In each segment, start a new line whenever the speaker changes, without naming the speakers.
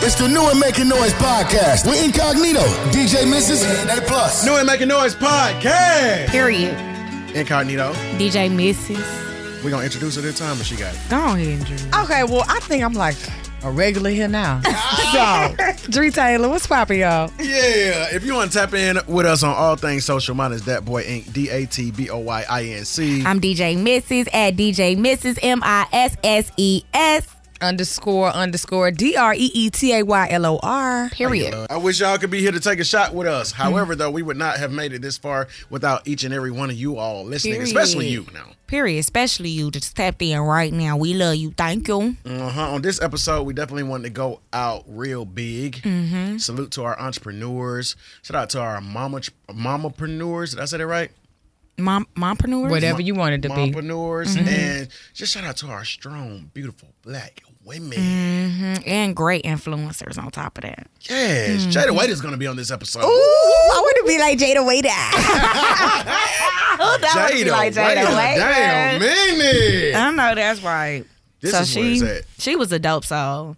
It's the New and Making Noise podcast with Incognito, DJ Mrs. and A Plus.
New and Making Noise podcast.
Period.
Incognito.
DJ Mrs.
We're going to introduce her this time, but she got it.
Go on here and drink.
Okay, well, I think I'm like a regular here now. so, Dree Taylor, what's poppin', y'all?
Yeah. If you want to tap in with us on all things social, mine is That Boy Inc. D A T B O Y I N C.
I'm DJ Mrs. at DJ Mrs. M I S S E S.
Underscore, underscore, D R E E T A Y L O R.
Period.
I wish y'all could be here to take a shot with us. However, though, we would not have made it this far without each and every one of you all listening,
Period.
especially you now.
Period. Especially you just tapped in right now. We love you. Thank you.
Uh-huh. On this episode, we definitely wanted to go out real big. Salute to our entrepreneurs. Shout out to our mama mamapreneurs. Did I say that right?
Mom, mompreneurs?
Whatever you wanted to be. Mm-hmm.
Mompreneurs. And just shout out to our strong, beautiful black women.
Mm-hmm. And great influencers on top of that.
Yes.
Mm-hmm.
Jada White is gonna be on this episode.
Ooh, I want to be like Jada Waiter. that would be
Jada,
like Jada
White. Damn,
Waiter.
minute.
I know that's right.
This
so
is where
she
it's at. Mm-hmm.
she was a dope soul.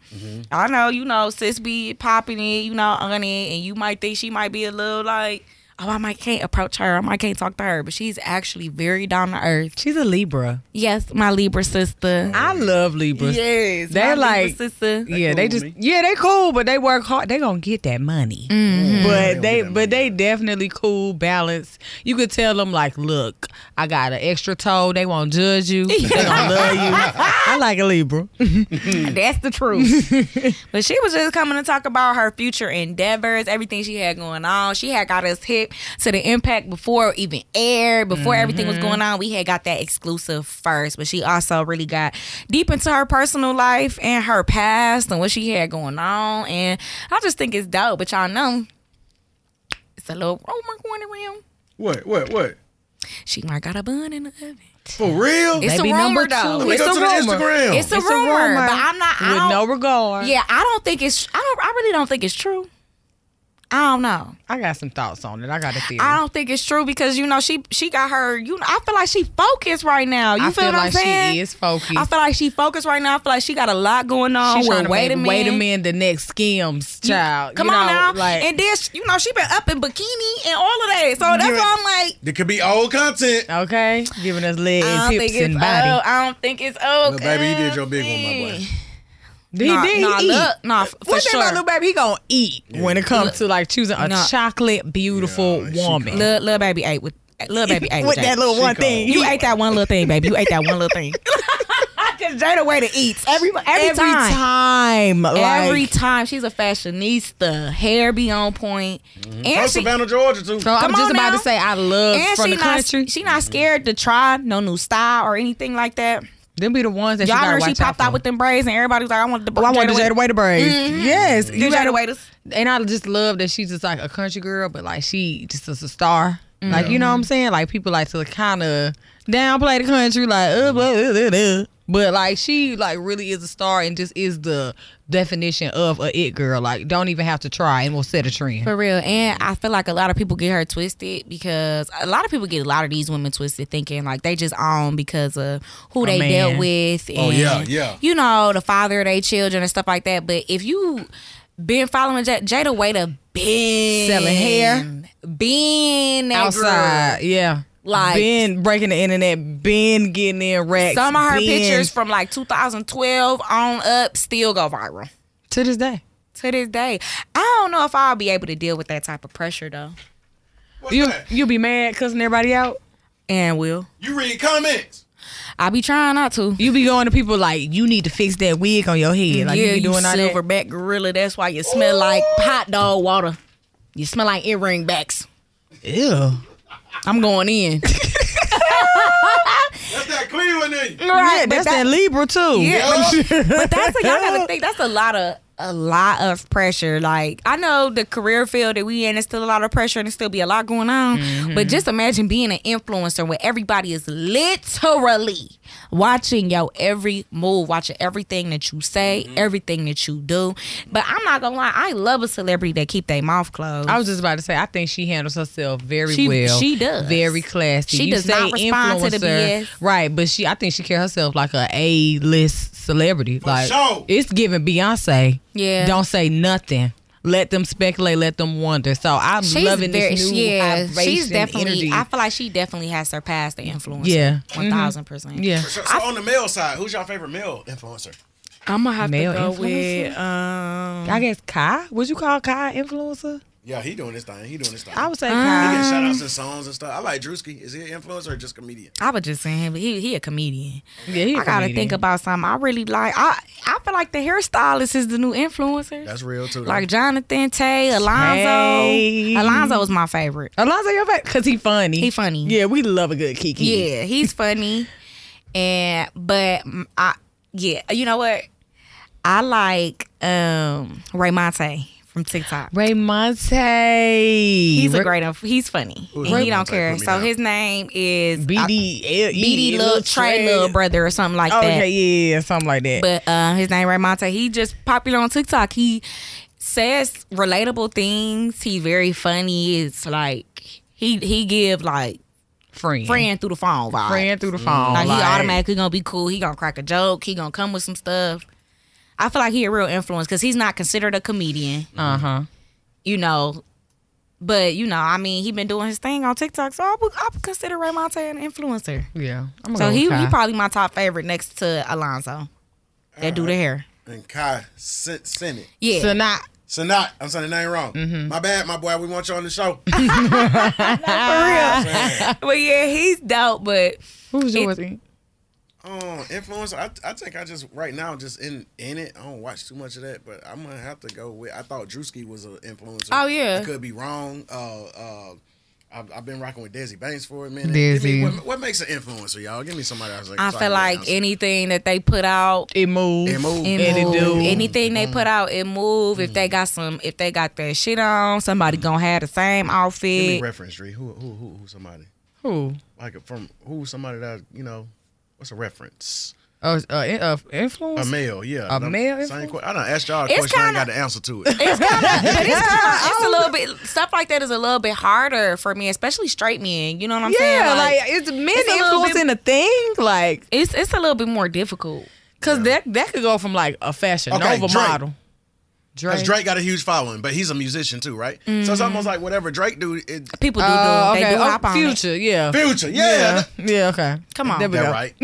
I know you know sis be popping it, you know on it, and you might think she might be a little like, oh I might can't approach her, I might can't talk to her, but she's actually very down to earth.
She's a Libra.
Yes, my Libra sister.
I love Libras.
yes,
They're
my
like-
Libra sister.
yeah, they
cool
just
with
yeah, they cool, but they work hard. They gonna get that money,
Mm.
Mm-hmm.
but they but they definitely cool, balanced. You could tell them like, look, I got an extra toe. They won't judge you. they gonna love you. I like a Libra.
That's the truth. but she was just coming to talk about her future endeavors, everything she had going on. She had got us hip to the impact before it even aired, before everything
Mm-hmm.
was going on. We had got that exclusive first, but she also really got deep into her personal life and her past and what she had going on. And I just think it's dope. But y'all know it's a little rumor going around.
What? What? What?
She might got a bun in the oven.
For real?
It's
Baby
a rumor
number two.
though.
Let me
It's
go
a
to the
rumor.
Instagram.
It's a rumor. But I'm not. I
with
don't-
no regard.
Yeah, I don't think it's. I don't. I really don't think it's true. I don't know.
I got some thoughts on it. I got a theory.
I don't think it's true because you know she she got her. You know, I feel like she focused right now. You
I
feel,
feel
what
like
I'm saying?
she is focused.
I feel like she focused right now. I feel like she got a lot going on.
She's
with
trying to
wait
make
a minute.
wait a minute the next skims child.
Come
You
on
know,
now.
like
and then you know she been up in bikini and all of that. So that's why I'm like.
There could be old content.
okay, giving us legs,
I don't think
hips,
it's.
and body.
Oh, I don't think it's. Oh,
Look, baby, you did your big one, my boy.
He
Nah,
did
nah,
eat.
look, nah, f- for
One thing
sure.
about little baby, he gonna eat when it comes to like choosing a
Nah.
chocolate beautiful
Yeah, she
woman.
Little, little baby ate with. Little baby ate with, that.
little one
She thing.
You ate that one little thing, baby. You ate that one little thing. Cause Jada way to eat every every,
every
time.
time. like,
Every time she's a fashionista, hair be on point,
Mm-hmm.
From
and she
Savannah, Georgia, too.
So I'm
Come
just
on
about
now.
to say I love
and
from
she
the
not
country.
she not scared to try no new style or anything like that.
them be the ones that
Y'all
you gotta
heard she
watch
popped
out,
out with them braids, and everybody was like, "I want the
Oh, I want to Jada
Jada Mm-hmm. Waiters.
Way to braids. Yes, you
Them
gotta-
Jada Waiters.
And I just love that she's just like a country girl, but like she just is a star. Like you know what I'm saying? Like people like to kind of downplay the country, like uh, blah, blah, blah, blah. but like she like really is a star and just is the definition of a it girl. Like don't even have to try and we'll set a trend.
For real. And I feel like a lot of people get her twisted because a lot of people get a lot of these women twisted thinking like they just own because of who they
man.
dealt with. And,
Oh, yeah, yeah.
You know, the father of their children and stuff like that. But if you been following J- Jada Waiter, been
Selling hair.
been that
Outside,
girl.
yeah.
Like-
been breaking the internet, been getting in racks.
Some of her
been-
pictures from like 2012 on up still go viral
to this day.
to this day. I don't know if I'll be able to deal with that type of pressure though.
What's
You
that?
you be mad cussing everybody out.
And will
You read comments.
I be trying not to?
You be going to people like you need to fix that wig on your head. Like
yeah,
you be
you,
doing all that.
silverback gorilla. That's why you smell like hot dog water. You smell like earring backs.
Ew.
I'm going in.
That's that Cleveland in you.
right,
yeah,
but
that's
that-
that, Libra too.
Yeah.
but that's a, y'all gotta think. That's a lot of a lot of pressure. Like I know the career field that we in is still a lot of pressure and there still be a lot going on. But just imagine being an influencer where everybody is literally watching your every move, watching everything that you say, everything that you do. But I'm not gonna lie, I love a celebrity that keep their mouth closed.
I was just about to say, I think she handles herself very
She-
well.
she does.
Very classy.
She
You
does
say
not respond to the
influencer,
BS.
Right, but she I think she carries herself like a A list celebrity. like
sure.
it's giving Beyonce.
Yeah.
Don't say nothing. Let them speculate. Let them wonder. So I'm loving this new
yeah,
vibration,
she's definitely.
energy.
I feel like she definitely has surpassed the influence.
Yeah. Mm-hmm.
one thousand percent.
yeah.
So, so on the male side, who's your favorite male influencer?
I'm gonna have
Male
to go
influencer?
with. Um,
I guess Kai. Would you call Kai influencer? Uh-huh.
Yeah, he doing this thing. He doing this thing.
I would say
He
Kai.
getting shout
Um,
outs and songs and stuff. I like Drewski. Is he an influencer or just comedian?
I was just saying him. He he a comedian.
Yeah, he a
I gotta
comedian.
think about something. I really like. I I feel like the hairstylist is the new influencer.
That's real too. though.
like Jonathan Tay, Alonzo.
Tay.
Alonzo is my favorite.
Alonzo, your favorite? Cause he funny.
He funny.
Yeah, we love a good Kiki.
Yeah, he's funny, and but mm, I yeah, you know what? I like um Ray Monte from TikTok.
Ray Monte.
He's a
Ray-
great. inf- He's funny.
Who
And
is
he
Ray
don't
Monte?
care.
Put me
So
down.
his name is
BD. L-
BD
E,
Lil Trey Lil Brother or something like that.
Oh, Okay, yeah, yeah, something like that.
But uh, his name Ramonte. He just popular on TikTok. He says relatable things. He very funny. It's like he he give like
friend.
friend through the phone vibe.
Friend through the phone.
Like,
like-
he automatically gonna be cool. He gonna crack a joke. He gonna come with some stuff. I feel like he a real influence because he's not considered a comedian,
Uh-huh.
you know. But you know, I mean, he been doing his thing on TikTok, so I would, I would consider Ray Monte an influencer.
Yeah. I'm
So he, he probably my top favorite next to Alonzo. That do the hair.
and Kai Sen- Senate.
Yeah.
So not
Sanat, I'm saying the name wrong.
Mm-hmm.
My bad, my boy. We want you on the show.
for real. But yeah, he's dope. But
who's
It-
yours?
Um, influencer. I, I think I just right now just in in it. I don't watch too much of that, but I'm gonna have to go with. I thought Drewski was an influencer.
Oh, yeah.
I could be wrong. Uh, uh, I've, I've been rocking with Desi Banks for a minute.
Desi.
Give me, what, what makes an influencer, y'all? Give me somebody else.
I feel like anything that they put out,
It moves.
It move.
it
It
move.
do. Mm-hmm.
Anything they put out, it move. If they got some, if they got their shit on, somebody gonna have the same
Give me
outfit.
reference, Dree. Who who who who somebody
Who?
like from who somebody that you know? What's a reference?
Uh, uh, in- uh,
A
influence?
male, yeah.
A
I'm-
male
Same
influencer?
question. I don't ask y'all a
It's
question. I ain't got
kinda-
the answer to it.
It's kind of, but it's kind of,
oh.
it's a little bit stuff like that is a little bit harder for me, especially straight men. You know what I'm saying?
yeah, like, it's men
it's a little
influencing a thing, like,
it's it's a little bit more difficult.
cause that that could go from like a fashion
Okay,
Nova
Drake.
model.
Because Drake got a huge following, but he's a musician too, right? So
Mm-hmm.
it's almost like whatever Drake do, it,
People do
Oh,
do it.
okay.
they do
Oh,
hop on it.
Future, yeah.
Future, yeah,
yeah, yeah, okay.
Come on.
there we
that
go.
right.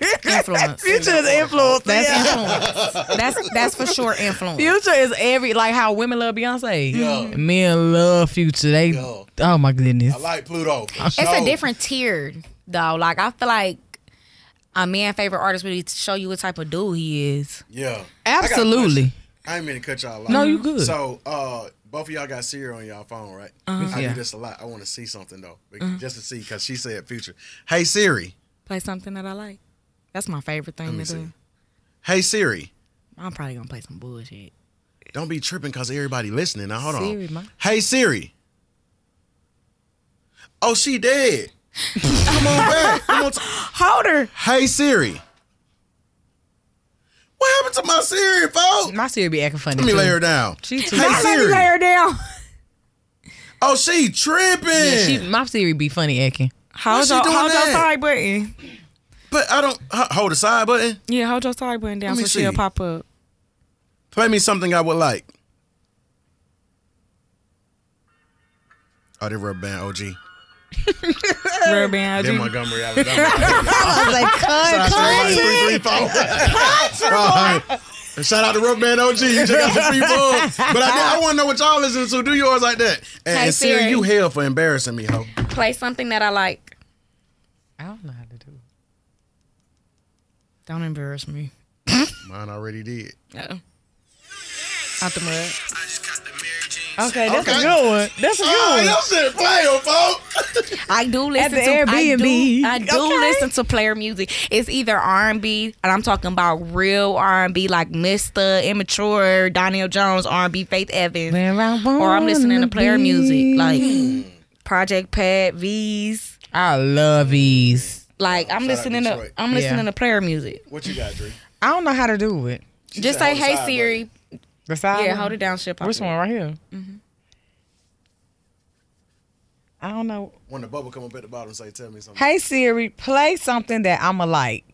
Influence.
Future is influence.
That's
yeah.
influence. That's that's for sure influence.
Future is every like how women love Beyonce.
Yeah.
Men love Future. They
Yeah.
oh my goodness.
I like Pluto. for
It's
sure.
a different tier, though. Like I feel like a man favorite artist really show you what type of dude he is.
Yeah,
Absolutely.
I, ain't mean to cut y'all off.
No, you good.
So, uh, both of y'all got Siri on y'all phone, right? I
Uh-huh. Yeah. Uh-huh.
do this a lot. I want to see something though, be- just to see because she said Future. Hey Siri.
Play something that I like. That's my favorite thing
me
to
see.
do.
Hey Siri.
I'm probably gonna play some bullshit.
Don't be tripping because everybody listening. Now hold
Siri,
on.
ma.
Hey Siri. Oh, she dead. Come on back. Come on. t-
Hold her.
hey Siri. What happened to my Siri, folks?
My Siri be acting funny.
Let me
too.
lay her down.
She too.
Hey
Not
Let me
Siri.
lay her down.
Oh, she tripping.
Yeah, she, my Siri be funny acting.
Hold
she
your
doing
hold your
that?
side button.
but I don't h- hold the side button.
Yeah, hold your side button down
Let me
so she'll
see.
pop up.
Play me something I would like. Oh, they rub band OG.
Rubber band.
Then
I do.
Montgomery, Alabama.
I was like,
Shout out to everybody,
cut,
three, three, four. All right. And Shout out to Rub Band OG. You just got some free bugs. But I, did- I want to know what y'all listening to. Do yours like that. And,
Hey,
and Siri,
Siri.
you hell for embarrassing me, ho.
Play something that I like.
I don't know how to do. it.
Don't embarrass me.
Mine already did.
Uh-oh. Out the mud.
Okay, that's
Okay.
a good one. That's a
Oh,
good one.
that shit playing, folks.
I do listen
the
to
Airbnb.
I do, I do
Okay.
listen to player music. It's either R and B, and I'm talking about real R and B, like Mister Immature, Daniel Jones, R and B, Faith Evans,
Where I
or I'm listening to
wanna
player
be.
music like Project Pat, V's.
I love these.
Like
Shout
I'm
out
listening to
Detroit.
I'm
Yeah.
listening to player music.
what you got, Dre?
I don't know how to do it.
She
Just
said,
say
hold the
Hey
side
Siri.
The side
Yeah,
one?
hold it down, ship.
Which one right here? Mm-hmm. I don't know.
button. When the bubble come up at the bottom, say, tell me something.
Hey Siri, play something that I'ma like.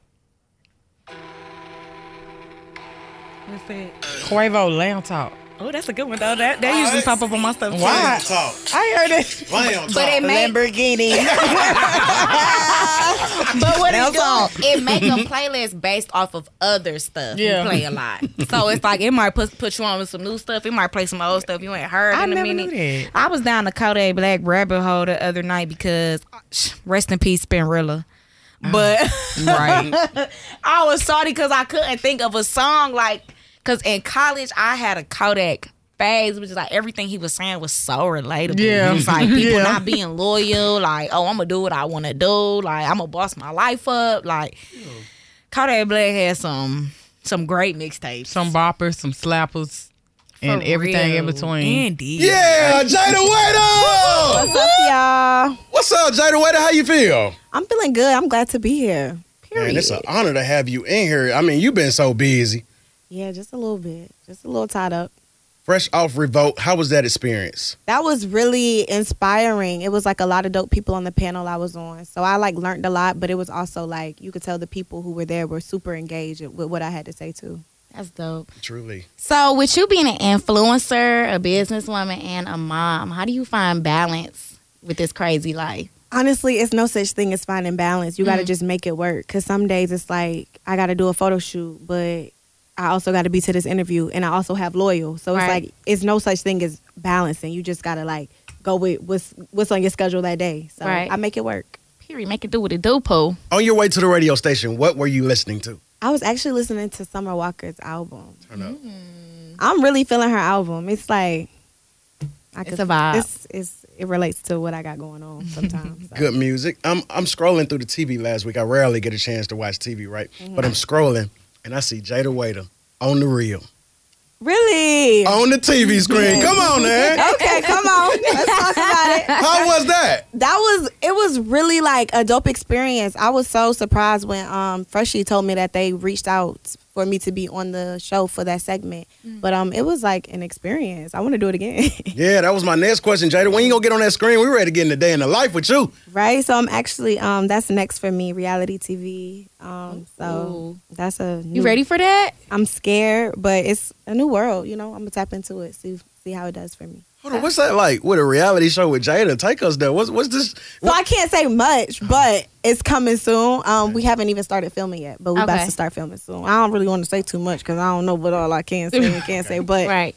What's that?
Quavo Lamb Talk.
Oh, that's a good one though. That that usually pop up on my stuff. too.
Why?
Talk.
I heard it.
Play on
But
talk.
it may,
Lamborghini.
but what it
That's all.
do? It make a playlist based off of other stuff.
Yeah.
You play a lot, so it's like it might put put you on with some new stuff. It might play some old stuff you ain't heard
I
in a
never
minute.
knew that.
I was down the Kodak Black rabbit hole the other night because rest in peace, Spinrilla. But
Mm. right.
I was sorry because I couldn't think of a song like because in college I had a Kodak phase, which is like everything he was saying was so relatable.
Yeah.
It's like people
Yeah.
not being loyal, like, oh, I'm gonna do what I wanna do, like I'm gonna boss my life up. Like Kodak Black had some some great mixtapes.
Some boppers, some slappers, and
For
everything in
real.
between.
Indeed.
Yeah, Jada Waiter.
What's up, y'all?
What's up, Jada Waiter? How you feel?
I'm feeling good. I'm glad to be here. Period.
Man, it's an honor to have you in here. I mean, you've been so busy.
yeah, just a little bit. Just a little tied up.
Fresh off Revolt, how was that experience?
That was really inspiring. It was like a lot of dope people on the panel I was on. So I like learned a lot, but it was also like you could tell the people who were there were super engaged with what I had to say too.
That's dope.
Truly.
So with you being an influencer, a businesswoman, and a mom, how do you find balance with this crazy life?
Honestly, it's no such thing as finding balance. You got to
Mm.
just make it work. Cause some days it's like I got to do a photo shoot, but I also got to be to this interview, and I also have loyal. So it's
Right.
like it's no such thing as balancing. You just got to like go with what's what's on your schedule that day. So
Right.
I make it work.
Period. Make it do what it do, Pooh.
On your way to the radio station, what were you listening to?
I was actually listening to Summer Walker's album.
Turn up.
Mm.
I'm really feeling her album. It's like I
It's a vibe.
It's, it's it relates to what I got going on sometimes. so.
Good music. I'm I'm scrolling through the TV last week. I rarely get a chance to watch TV, right? But I'm scrolling and I see Jada Waiter on the reel.
Really?
On the TV screen. Come on, man.
Okay, come on. Let's talk about it.
How was that?
that was it was really like a dope experience. I was so surprised when um Freshly told me that they reached out for me to be on the show for that segment.
Mm.
But um it was like an experience. I want to do it again.
Yeah, that was my next question, Jada. When you gonna get on that screen? We ready to get in the day in the life with you.
right? So I'm actually um that's next for me, reality TV. Um so that's a new,
You ready for that?
I'm scared, but it's a new world, you know. I'm going to tap into it. See see how it does for me.
Hold on, what's that like with a reality show with Jada? Take us there. What's what's this?
So I can't say much, but it's coming soon. Um, we haven't even started filming yet, but we're
Okay.
about to start filming soon. I don't really want to say too much because I don't know what all I can say and can't say. But
Right.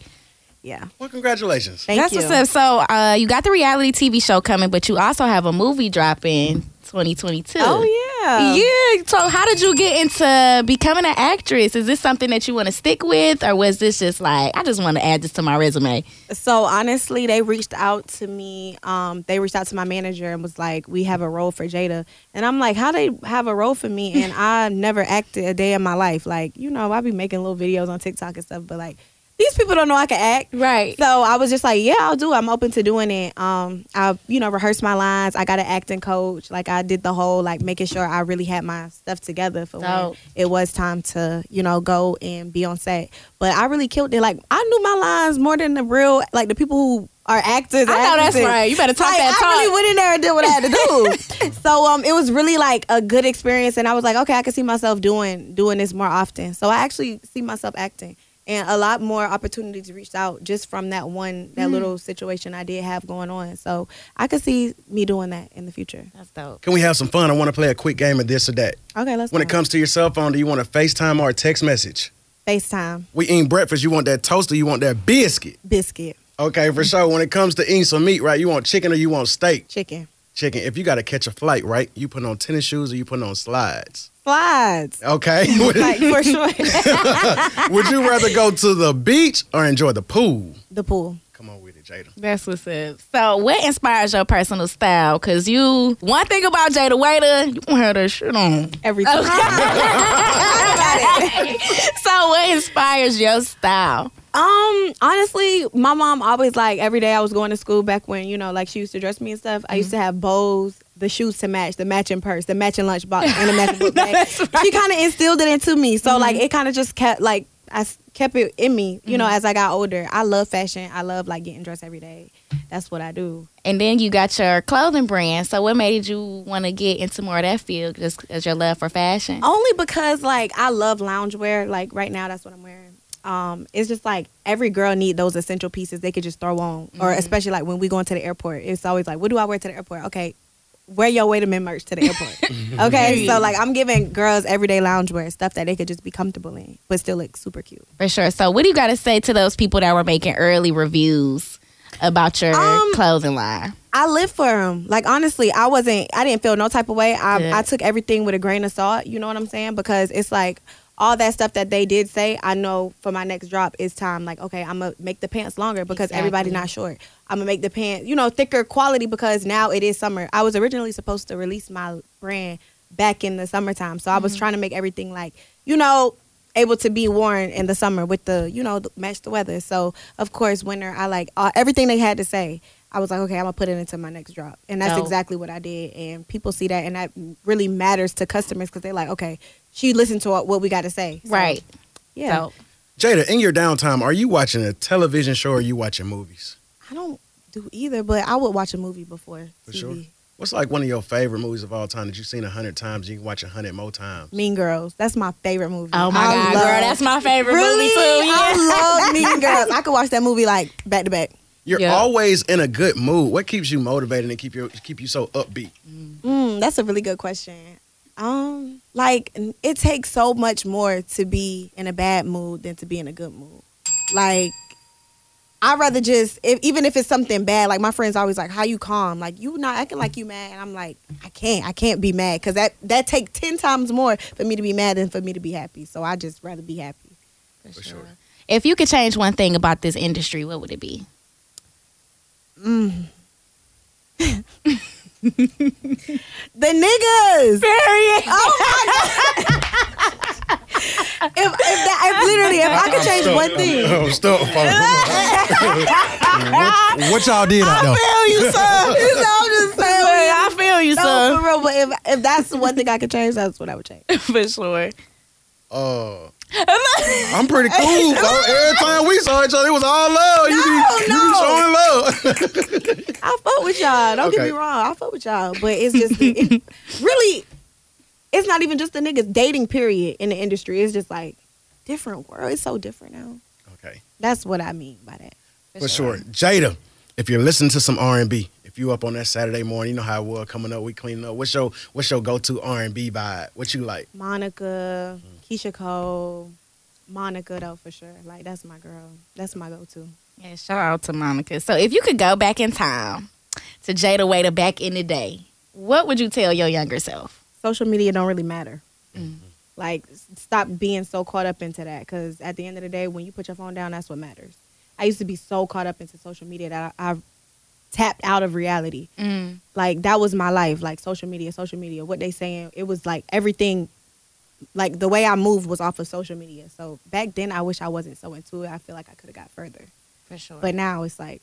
yeah,
Well, congratulations.
thank
That's
you.
what's up. So uh, you got the reality TV show coming, but you also have a movie dropping 2022.
Oh yeah,
Yeah. So how did you get into becoming an actress? Is this something that you want to stick with, or was this just like I just want to add this to my resume?
So honestly, they reached out to me. Um, they reached out to my manager and was like, "We have a role for Jada," and I'm like, "How they have a role for me?" And I never acted a day in my life. Like you know, I be making little videos on TikTok and stuff, but like these people don't know I can act.
Right.
So I was just like, yeah, I'll do. it. I'm open to doing it. Um, I you know rehearsed my lines. I got an acting coach. Like I did the whole like making sure I really had my stuff together for
Dope.
when it was time to you know go and be on set. But I really killed it. Like I knew my lines more than the real like the people who are actors. and
I know that's
actresses.
right. You better talk
Like,
that talk.
I really went in there and did what I had to do. so um, it was really like a good experience, and I was like, okay, I can see myself doing doing this more often. So I actually see myself acting, and a lot more opportunities reached out just from that one that little situation I did have going on. So I could see me doing that in the future.
That's dope.
Can we have some fun? I want to play a quick game of this or that.
Okay, let's.
When it
go.
comes to your cell phone, do you want a FaceTime or a text message?
FaceTime
We eating breakfast. You want that toast or you want that biscuit?
biscuit
Okay, for sure. When it comes to eating some meat, right? You want chicken or you want steak?
chicken
Chicken. If you got to catch a flight, right? You putting on tennis shoes or you putting on slides?
slides.
Okay.
Like
would,
for sure,
would you rather go to the beach or enjoy the pool?
the pool.
Come on with it, Jada.
That's what's up. So, what inspires your personal style? Cause you, one thing about Jada Waiter, you gonna have that shit on.
Everything.
so, what inspires your style?
Um, honestly, my mom always like every day I was going to school back when, you know, like she used to dress me and stuff. I used to have bows, the shoes to match, the matching purse, the matching lunchbox, and the matching book bag. She kind of instilled it into me. So like it kind of just kept like I s- kept it in me, you know, as I got older. I love fashion. I love like getting dressed every day. That's what I do.
And then you got your clothing brand. So, what made you want to get into more of that field, just as your love for fashion?
Only because like I love loungewear. Like right now that's what I'm wearing. um, it's just like every girl need those essential pieces they could just throw on, or especially like when we going to the airport, it's always like, what do I wear to the airport? Okay, wear your way to men merch to the airport. okay, so like I'm giving girls everyday loungewear stuff that they could just be comfortable in, but still look super cute.
For sure. So, what do you got to say to those people that were making early reviews about your
Um,
clothing line?
I live for him. Like honestly, I wasn't. I didn't feel no type of way.
Good.
I, I took everything with a grain of salt. You know what I'm saying? Because it's like all that stuff that they did say. I know for my next drop is time. Like okay, I'm gonna make the pants longer because everybody
Exactly.
not short. I'm gonna make the pants you know thicker quality because now it is summer. I was originally supposed to release my brand back in the summertime, so I was trying to make everything like you know able to be worn in the summer with the you know the, match the weather. So of course winter, I like uh, everything they had to say. I was like, okay, I'm gonna put it into my next drop, and that's
Dope.
exactly what I did. And people see that, and that really matters to customers because they're like, okay, she listened to what we got to say, So,
right.
Yeah,
Dope.
Jada, in your downtime, are you watching a television show or are you watching movies?
I don't do either, but I would watch a movie before
For
TV.
sure. What's like one of your favorite movies of all time that you've seen a hundred times? You can watch a hundred more times.
Mean Girls, that's my favorite movie.
Oh my
I
God,
love-
girl. That's my favorite
really.
movie, too. Yeah.
I love Mean Girls. I could watch that movie like back to back.
You're
Yeah.
always in a good mood. What keeps you motivated and keep you keep you so upbeat?
Mm, that's a really good question. Um, like n- it takes so much more to be in a bad mood than to be in a good mood. Like I'd rather just if, even if it's something bad. Like my friends always like, "How you calm? Like you not acting like you mad?" And I'm like, "I can't. I can't be mad because that that take ten times more for me to be mad than for me to be happy. So I just rather be happy.
For sure.
If you could change one thing about this industry, what would it be?
The niggas.
Period.
Oh my god. if if that if literally if I could change one thing.
Oh, stop!
What y'all did out there?
feel you, son. You know, I'm just saying.
I feel you,
no,
so
for real. But if, if that's the one thing I could change, that's what I would change.
for sure.
Oh, I'm pretty cool. bro. Every time we saw each other, it was all love. you be, you be
no.
showing love.
I fuck with y'all. Don't get
Okay.
me wrong. I fuck with y'all. But it's just it, really, it's not even just the niggas dating period in the industry. It's just like different world. It's so different now.
okay,
That's what I mean by that.
for sure. Jada, if you're listening to some R and B, if you up on that Saturday morning, you know how it was coming up. We cleaning up. What's your what's your go to R and B vibe? What you like?
Monica, Keisha Cole, Monica though for sure. Like that's my girl. That's my go-to.
Yeah, shout out to Monica. So, if you could go back in time to Jada Waiter back in the day, what would you tell your younger self?
social media don't really matter. Like, s- stop being so caught up into that because at the end of the day, when you put your phone down, that's what matters. I used to be so caught up into social media that I, I tapped out of reality. Like that was my life. Like social media, social media. What they saying? It was like everything. Like the way I moved was off of social media. So back then, I wish I wasn't so into it. I feel like I could have got further.
For sure.
But now it's like,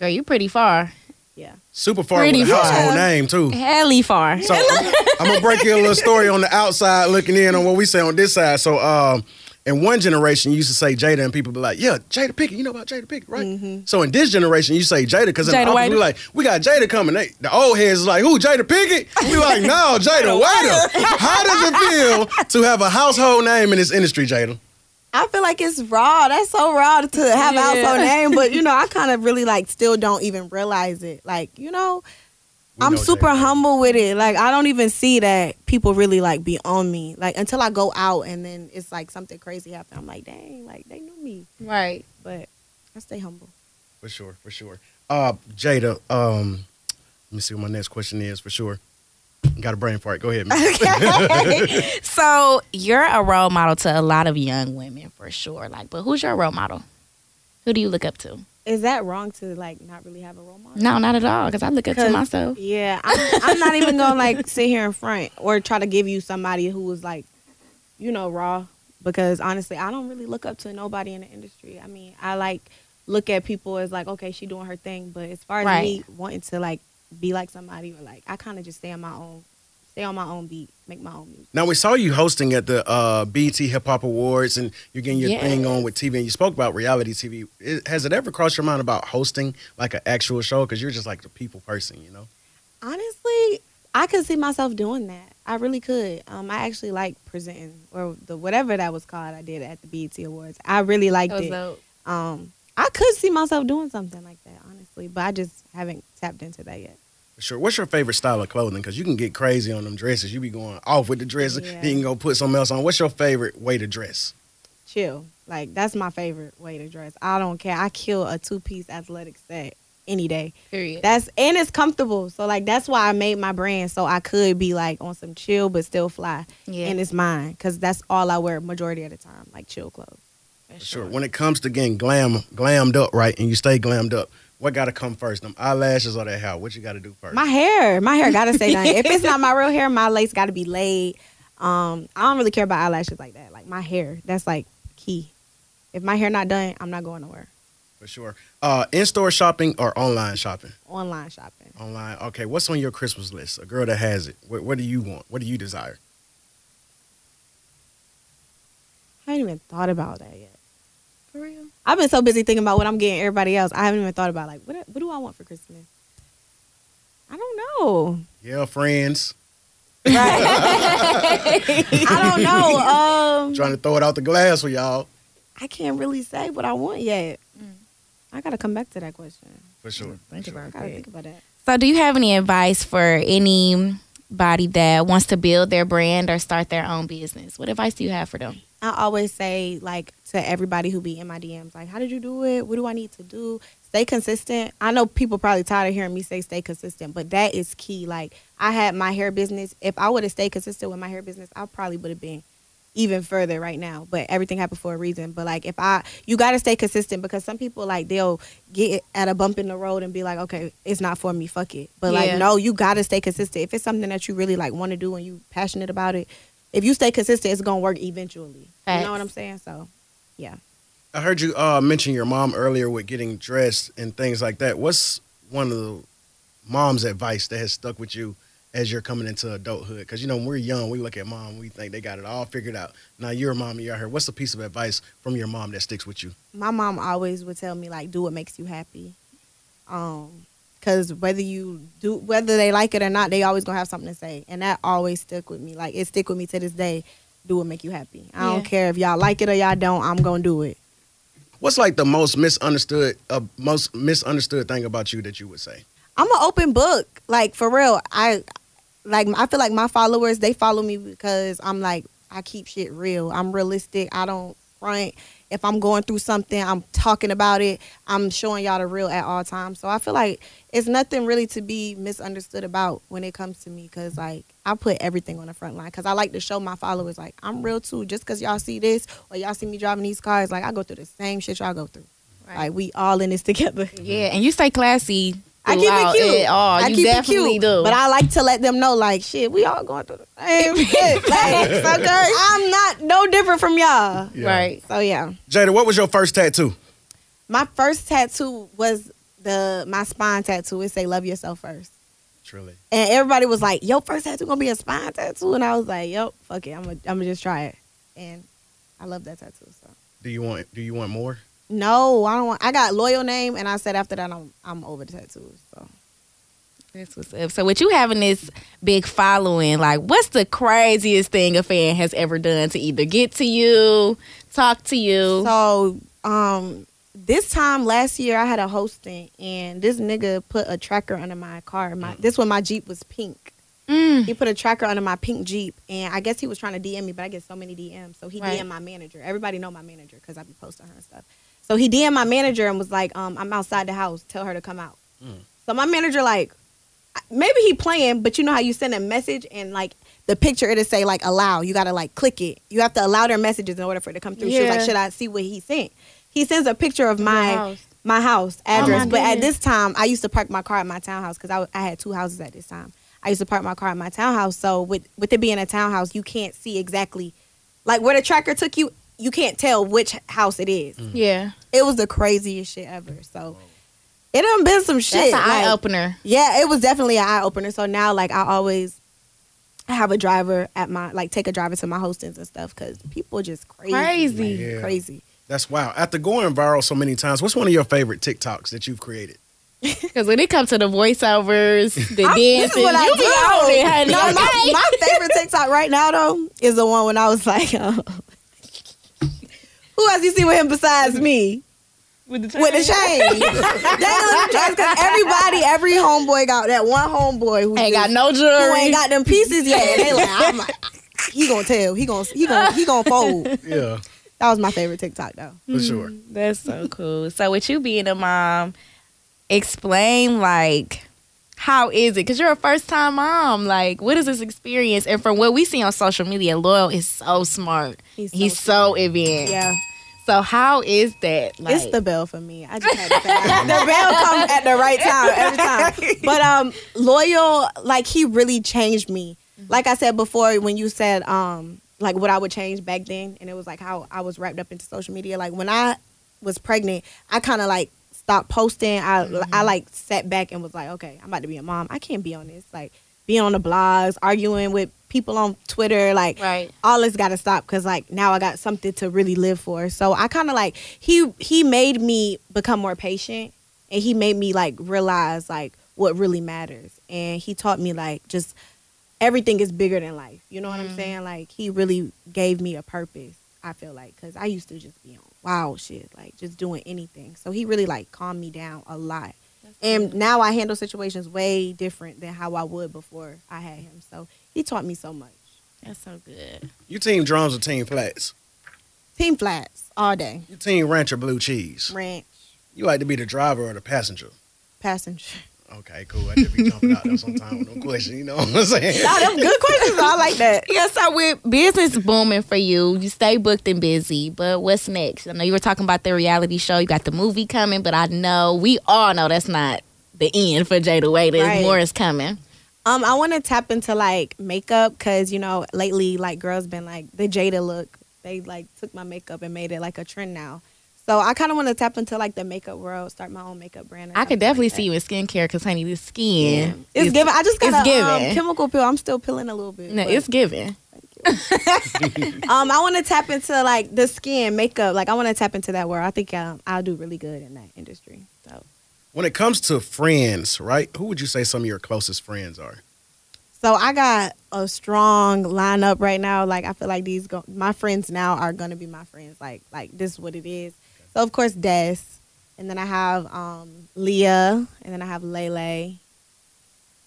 Girl, you pretty far.
yeah.
Super far
Pretty
with a household
far.
name too.
Helly far.
So I'm, I'm gonna break you a little story on the outside looking in on what we say on this side. So um in one generation you used to say Jada and people be like, Yeah, Jada Pickett, you know about Jada Pickett, right? So in this generation you say Jada because in the
Jada
office we
Waiter.
like, we got Jada coming. They, the old heads is like, who, Jada Pickett? We like, no, Jada Waiter. How does it feel to have a household name in this industry, Jada?
I feel like it's raw. That's so raw to have out so name, but you know, I kind of really like still don't even realize it. Like, you know,
We
I'm
know
super
Jada.
humble with it. Like, I don't even see that people really like be on me. Like until I go out and then it's like something crazy happen. I'm like, dang, like they knew me.
Right.
But I stay humble.
For sure, for sure. Uh Jada, um, let me see what my next question is for sure. Got a brain fart. Go ahead. man.
so you're a role model to a lot of young women for sure. Like, but who's your role model? Who do you look up to?
Is that wrong to like not really have a role model?
No, not at all. Because I look up to
'Cause-
myself.
Yeah, I'm, I'm not even gonna like sit here in front or try to give you somebody who was like, you know, raw. Because honestly, I don't really look up to nobody in the industry. I mean, I like look at people as like, okay, she doing her thing. But as far as me wanting to like be like somebody or like, I kind of just stay on my own, stay on my own beat, make my own music.
Now we saw you hosting at the uh, BT Hip Hop Awards, and you're getting your
Yes.
thing on with TV. And you spoke about reality TV. It, has it ever crossed your mind about hosting like an actual show? Because you're just like the people person, you know.
Honestly, I could see myself doing that. I really could. Um, I actually like presenting or the whatever that was called. I did at the BET Awards. I really liked
That was
it.
dope.
Um, I could see myself doing something like that, honestly, but I just haven't tapped into that yet.
Sure. What's your favorite style of clothing? Because you can get crazy on them dresses. You be going off with the dresses.
Yeah.
Then you can go put something else on. What's your favorite way to dress?
Chill, like that's my favorite way to dress. I don't care. I kill a two piece athletic set any day.
Period.
That's and it's comfortable. So like that's why I made my brand so I could be like on some chill but still fly.
Yeah.
And it's mine because that's all I wear majority of the time, like chill clothes.
Sure. When it comes to getting glam, glammed up, right, and you stay glammed up, what got to come first? Them eyelashes or that hair? What you got to do first?
My hair, my hair gotta stay done. if it's not my real hair, my lace gotta be laid. Um, I don't really care about eyelashes like that. Like my hair, that's like key. If my hair not done, I'm not going nowhere.
For sure. Uh, in store shopping or online shopping?
Online shopping.
Online. Okay. What's on your Christmas list? A girl that has it. What, what do you want? What do you desire?
I haven't even thought about that yet.
For real.
I've been so busy thinking about what I'm getting everybody else. I haven't even thought about like what what do I want for Christmas. I don't know.
Yeah, friends.
I don't know. Um,
Trying to throw it out the glass for y'all.
I can't really say what I want yet.
Mm.
I gotta come back to that question.
For sure.
Think
I
about
gotta
that.
think about that.
So, do you have any advice for anybody that wants to build their brand or start their own business? What advice do you have for them?
I always say like to everybody who be in my DMs, like, how did you do it? What do I need to do? Stay consistent. I know people probably tired of hearing me say stay consistent, but that is key. Like I had my hair business. If I would have stayed consistent with my hair business, I probably would have been even further right now. But everything happened for a reason. But like if I you gotta stay consistent because some people like they'll get at a bump in the road and be like, Okay, it's not for me, fuck it. But
Yeah.
like no, you gotta stay consistent. If it's something that you really like wanna do and you passionate about it, if you stay consistent, it's gonna work eventually. You
Facts.
know what I'm saying? So, yeah.
I heard you uh, mention your mom earlier with getting dressed and things like that. What's one of the mom's advice that has stuck with you as you're coming into adulthood? Because you know when we're young, we look at mom, we think they got it all figured out. Now you're a mom, and you're out here. What's a piece of advice from your mom that sticks with you?
My mom always would tell me like, do what makes you happy. Um, cause whether you do, whether they like it or not, they always gonna have something to say, and that always stuck with me. Like it stick with me to this day. Do what make you happy. I don't
Yeah.
care if y'all like it or y'all don't. I'm gonna do it.
What's like the most misunderstood, uh, most misunderstood thing about you that you would say?
I'm an open book. Like for real, I like I feel like my followers they follow me because I'm like I keep shit real. I'm realistic. I don't front. If I'm going through something, I'm talking about it. I'm showing y'all the real at all times. So I feel like it's nothing really to be misunderstood about when it comes to me because like I put everything on the front line because I like to show my followers like I'm real too. Just because y'all see this or y'all see me driving these cars, like I go through the same shit y'all go through.
Right.
Like we all in this together.
Yeah, and you stay classy.
I keep
throughout
it cute.
all.
I
you
keep it
definitely
cute,
do.
but I like to let them know, like, shit, we all going through the same shit. Like, so, girl, I'm not no different from y'all.
Right.
So yeah,
Jada, what was your first tattoo?
my first tattoo was the my spine tattoo. It say "Love yourself first.
Truly.
and everybody was like, "Your first tattoo gonna be a spine tattoo," and I was like, "Yep, fuck it, I'm gonna I'm just try it." And I love that tattoo. So
Do you want? Do you want more?
no, I don't want. I got loyal name, and I said after that, I'm I'm over the tattoos. So.
That's what's up. So, with you having this big following, like, what's the craziest thing a fan has ever done to either get to you, talk to you?
So, um, this time last year, I had a hosting, and this nigga put a tracker under my car. My this when my Jeep was pink.
Mm.
He put a tracker under my pink Jeep, and I guess he was trying to DM me, but I get so many DMs. So he
Right.
DM my manager. Everybody know my manager because I be posting her and stuff. So he DM my manager and was like, um, "I'm outside the house. Tell her to come out."
Mm.
So my manager like, I- maybe he playing, but you know how you send a message and like the picture it'll say like allow. You gotta like click it. You have to allow their messages in order for it to come through. She was
Yeah.
like, should I see what he sent? He sends a picture of my
house.
my house address.
Oh my
but at
goodness.
this time, I used to park my car at my townhouse because I, w- I had two houses at this time. I used to park my car at my townhouse. So with with it being a townhouse, you can't see exactly like where the tracker took you. You can't tell which house it is.
Yeah.
It was the craziest shit ever. So it done been some
That's
shit.
an
like-
eye opener.
yeah, it was definitely an eye opener. So now, like, I always have a driver at my like take a driver to my hostings and stuff because people just crazy,
Crazy.
like,
Yeah.
crazy.
That's wow. After going viral so many times, what's one of your favorite TikToks that you've created?
Because when it comes to the voiceovers, the
I'm-
dancing,
this is what I
you
do.
be on it, honey.
No, my,
okay?
my favorite TikTok right now though is the one when I was like, uh, "Who else you see with him besides me?" With the, with the chain. that because everybody, every homeboy got that one homeboy who
ain't got
just-
no
who
jewelry.
ain't got them pieces yet. And they like, I'm like, he gonna tell. He gonna he gonna he gonna fold.
Yeah,
That was my favorite TikTok though.
for sure.
That's so cool. So with you being a mom, explain like how is it? Because you're a first time mom. Like, what is this experience? And from what we see on social media, Loyal is so smart.
He's so
He's so advanced.
Yeah,
So how is that? Like,
it's the bell for me. I just had to say that. the bell comes at the right time every time. But um, loyal, like he really changed me. Like I said before, when you said um, like what I would change back then, and it was like how I was wrapped up into social media. Like when I was pregnant, I kind of like stopped posting. I I like sat back and was like, okay, I'm about to be a mom. I can't be on this like being on the blogs, arguing with people on Twitter, like
Right.
all this got to stop because like now I got something to really live for. So I kind of like he he made me become more patient, and he made me like realize like what really matters, and he taught me like just everything is bigger than life. You know what I'm saying? Like he really gave me a purpose. I feel like because I used to just be on wild shit, like just doing anything. So he really like calmed me down a lot. And now I handle situations way different than how I would before I had him. So he taught me so much.
That's so good.
You team drums or team flats?
Team flats all day.
You team ranch or blue cheese?
Ranch,
You like to be the driver or the passenger?
passenger.
Okay, cool. I just be jumping out there sometime with no question. You know what I'm saying?
Oh, them good questions. I like that.
yeah, so with business booming for you, you stay booked and busy, but what's next? I know you were talking about the reality show, you got the movie coming, but I know we all know that's not the end for Jada Wade.
Right.
More is coming.
Um, I want to tap into like makeup because you know lately like girls been like the Jada look. They like took my makeup and made it like a trend now. So I kind of want to tap into like the makeup world, start my own makeup brand. or
I
something
could definitely
like that.
see you in skincare because, honey, this skin.
It's, giving. I just got
it's
a um,
giving.
chemical peel. I'm still peeling a little bit.
No,
but,
it's giving.
um, I want to tap into like the skin makeup. Like I want to tap into that world. I think um, I'll do really good in that industry. So
When it comes to friends, right? Who would you say some of your closest friends are?
So I got a strong lineup right now. Like I feel like these go- my friends now are gonna be my friends. Like like this is what it is. So of course Des, and then I have um, Leah, and then I have Lele.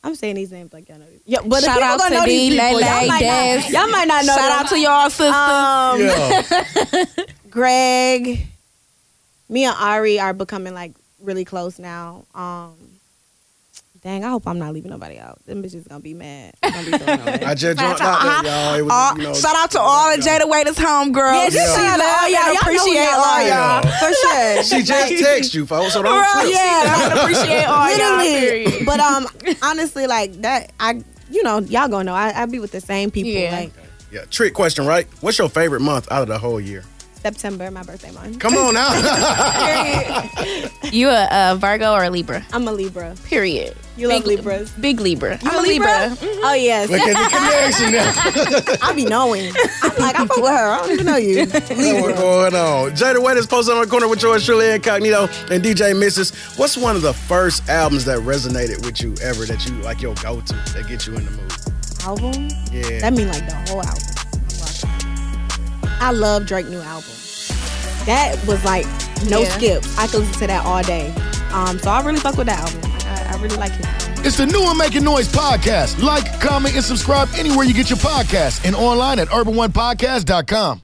I'm saying these names like y'all know. These. Yeah, but if
Shout
people
out
gonna
to
know these
D,
people, y'all,
Lele,
might
Des.
not, y'all might not know.
Shout
them.
out to y'all sisters.
Um,
Yeah.
Greg, me and Ari are becoming like really close now. Um, dang, I hope I'm not leaving nobody out. Them bitches gonna be mad. Gonna be so annoyed.
I just jumped out there, y'all. It was, you know,
shout out to all of Jada Wade's homegirls.
Yeah, just shout out
Oh,
all y'all. Y'all
appreciate
know who
all
y'all
y'all.
are, For sure.
She just texted you, folks. So don't trip.
yeah, like,
Appreciate
Oh,
all y'all.
literally.
Period.
But um, honestly, like that, I, you know, y'all gonna know. I, I be with the same people.
Yeah.
Like
Yeah, trick question, right? What's your favorite month out of the whole year?
September, my birthday month.
Come on now.
You a uh, Virgo or a Libra?
I'm a Libra.
Period.
You love
Big-
Libras.
Big Libra.
You Oh yes,
Look at the connection now.
I be knowing. I'm like I fuck with her. I don't even know you.
That's What's going on? Jada Wet is posted on the corner with yours, Shirley Incognito and DJ Mrs. What's one of the first albums that resonated with you ever that you like your go to that get you in the mood?
album.
Yeah.
That mean like the whole album. I love Drake new album. That was like no
Yeah.
skip. I could listen to that all day. Um, so I really fuck with that album. I, I really like his album.
It's the new and making noise podcast. Like, comment, and subscribe anywhere you get your podcasts and online at urbanonepodcast.com.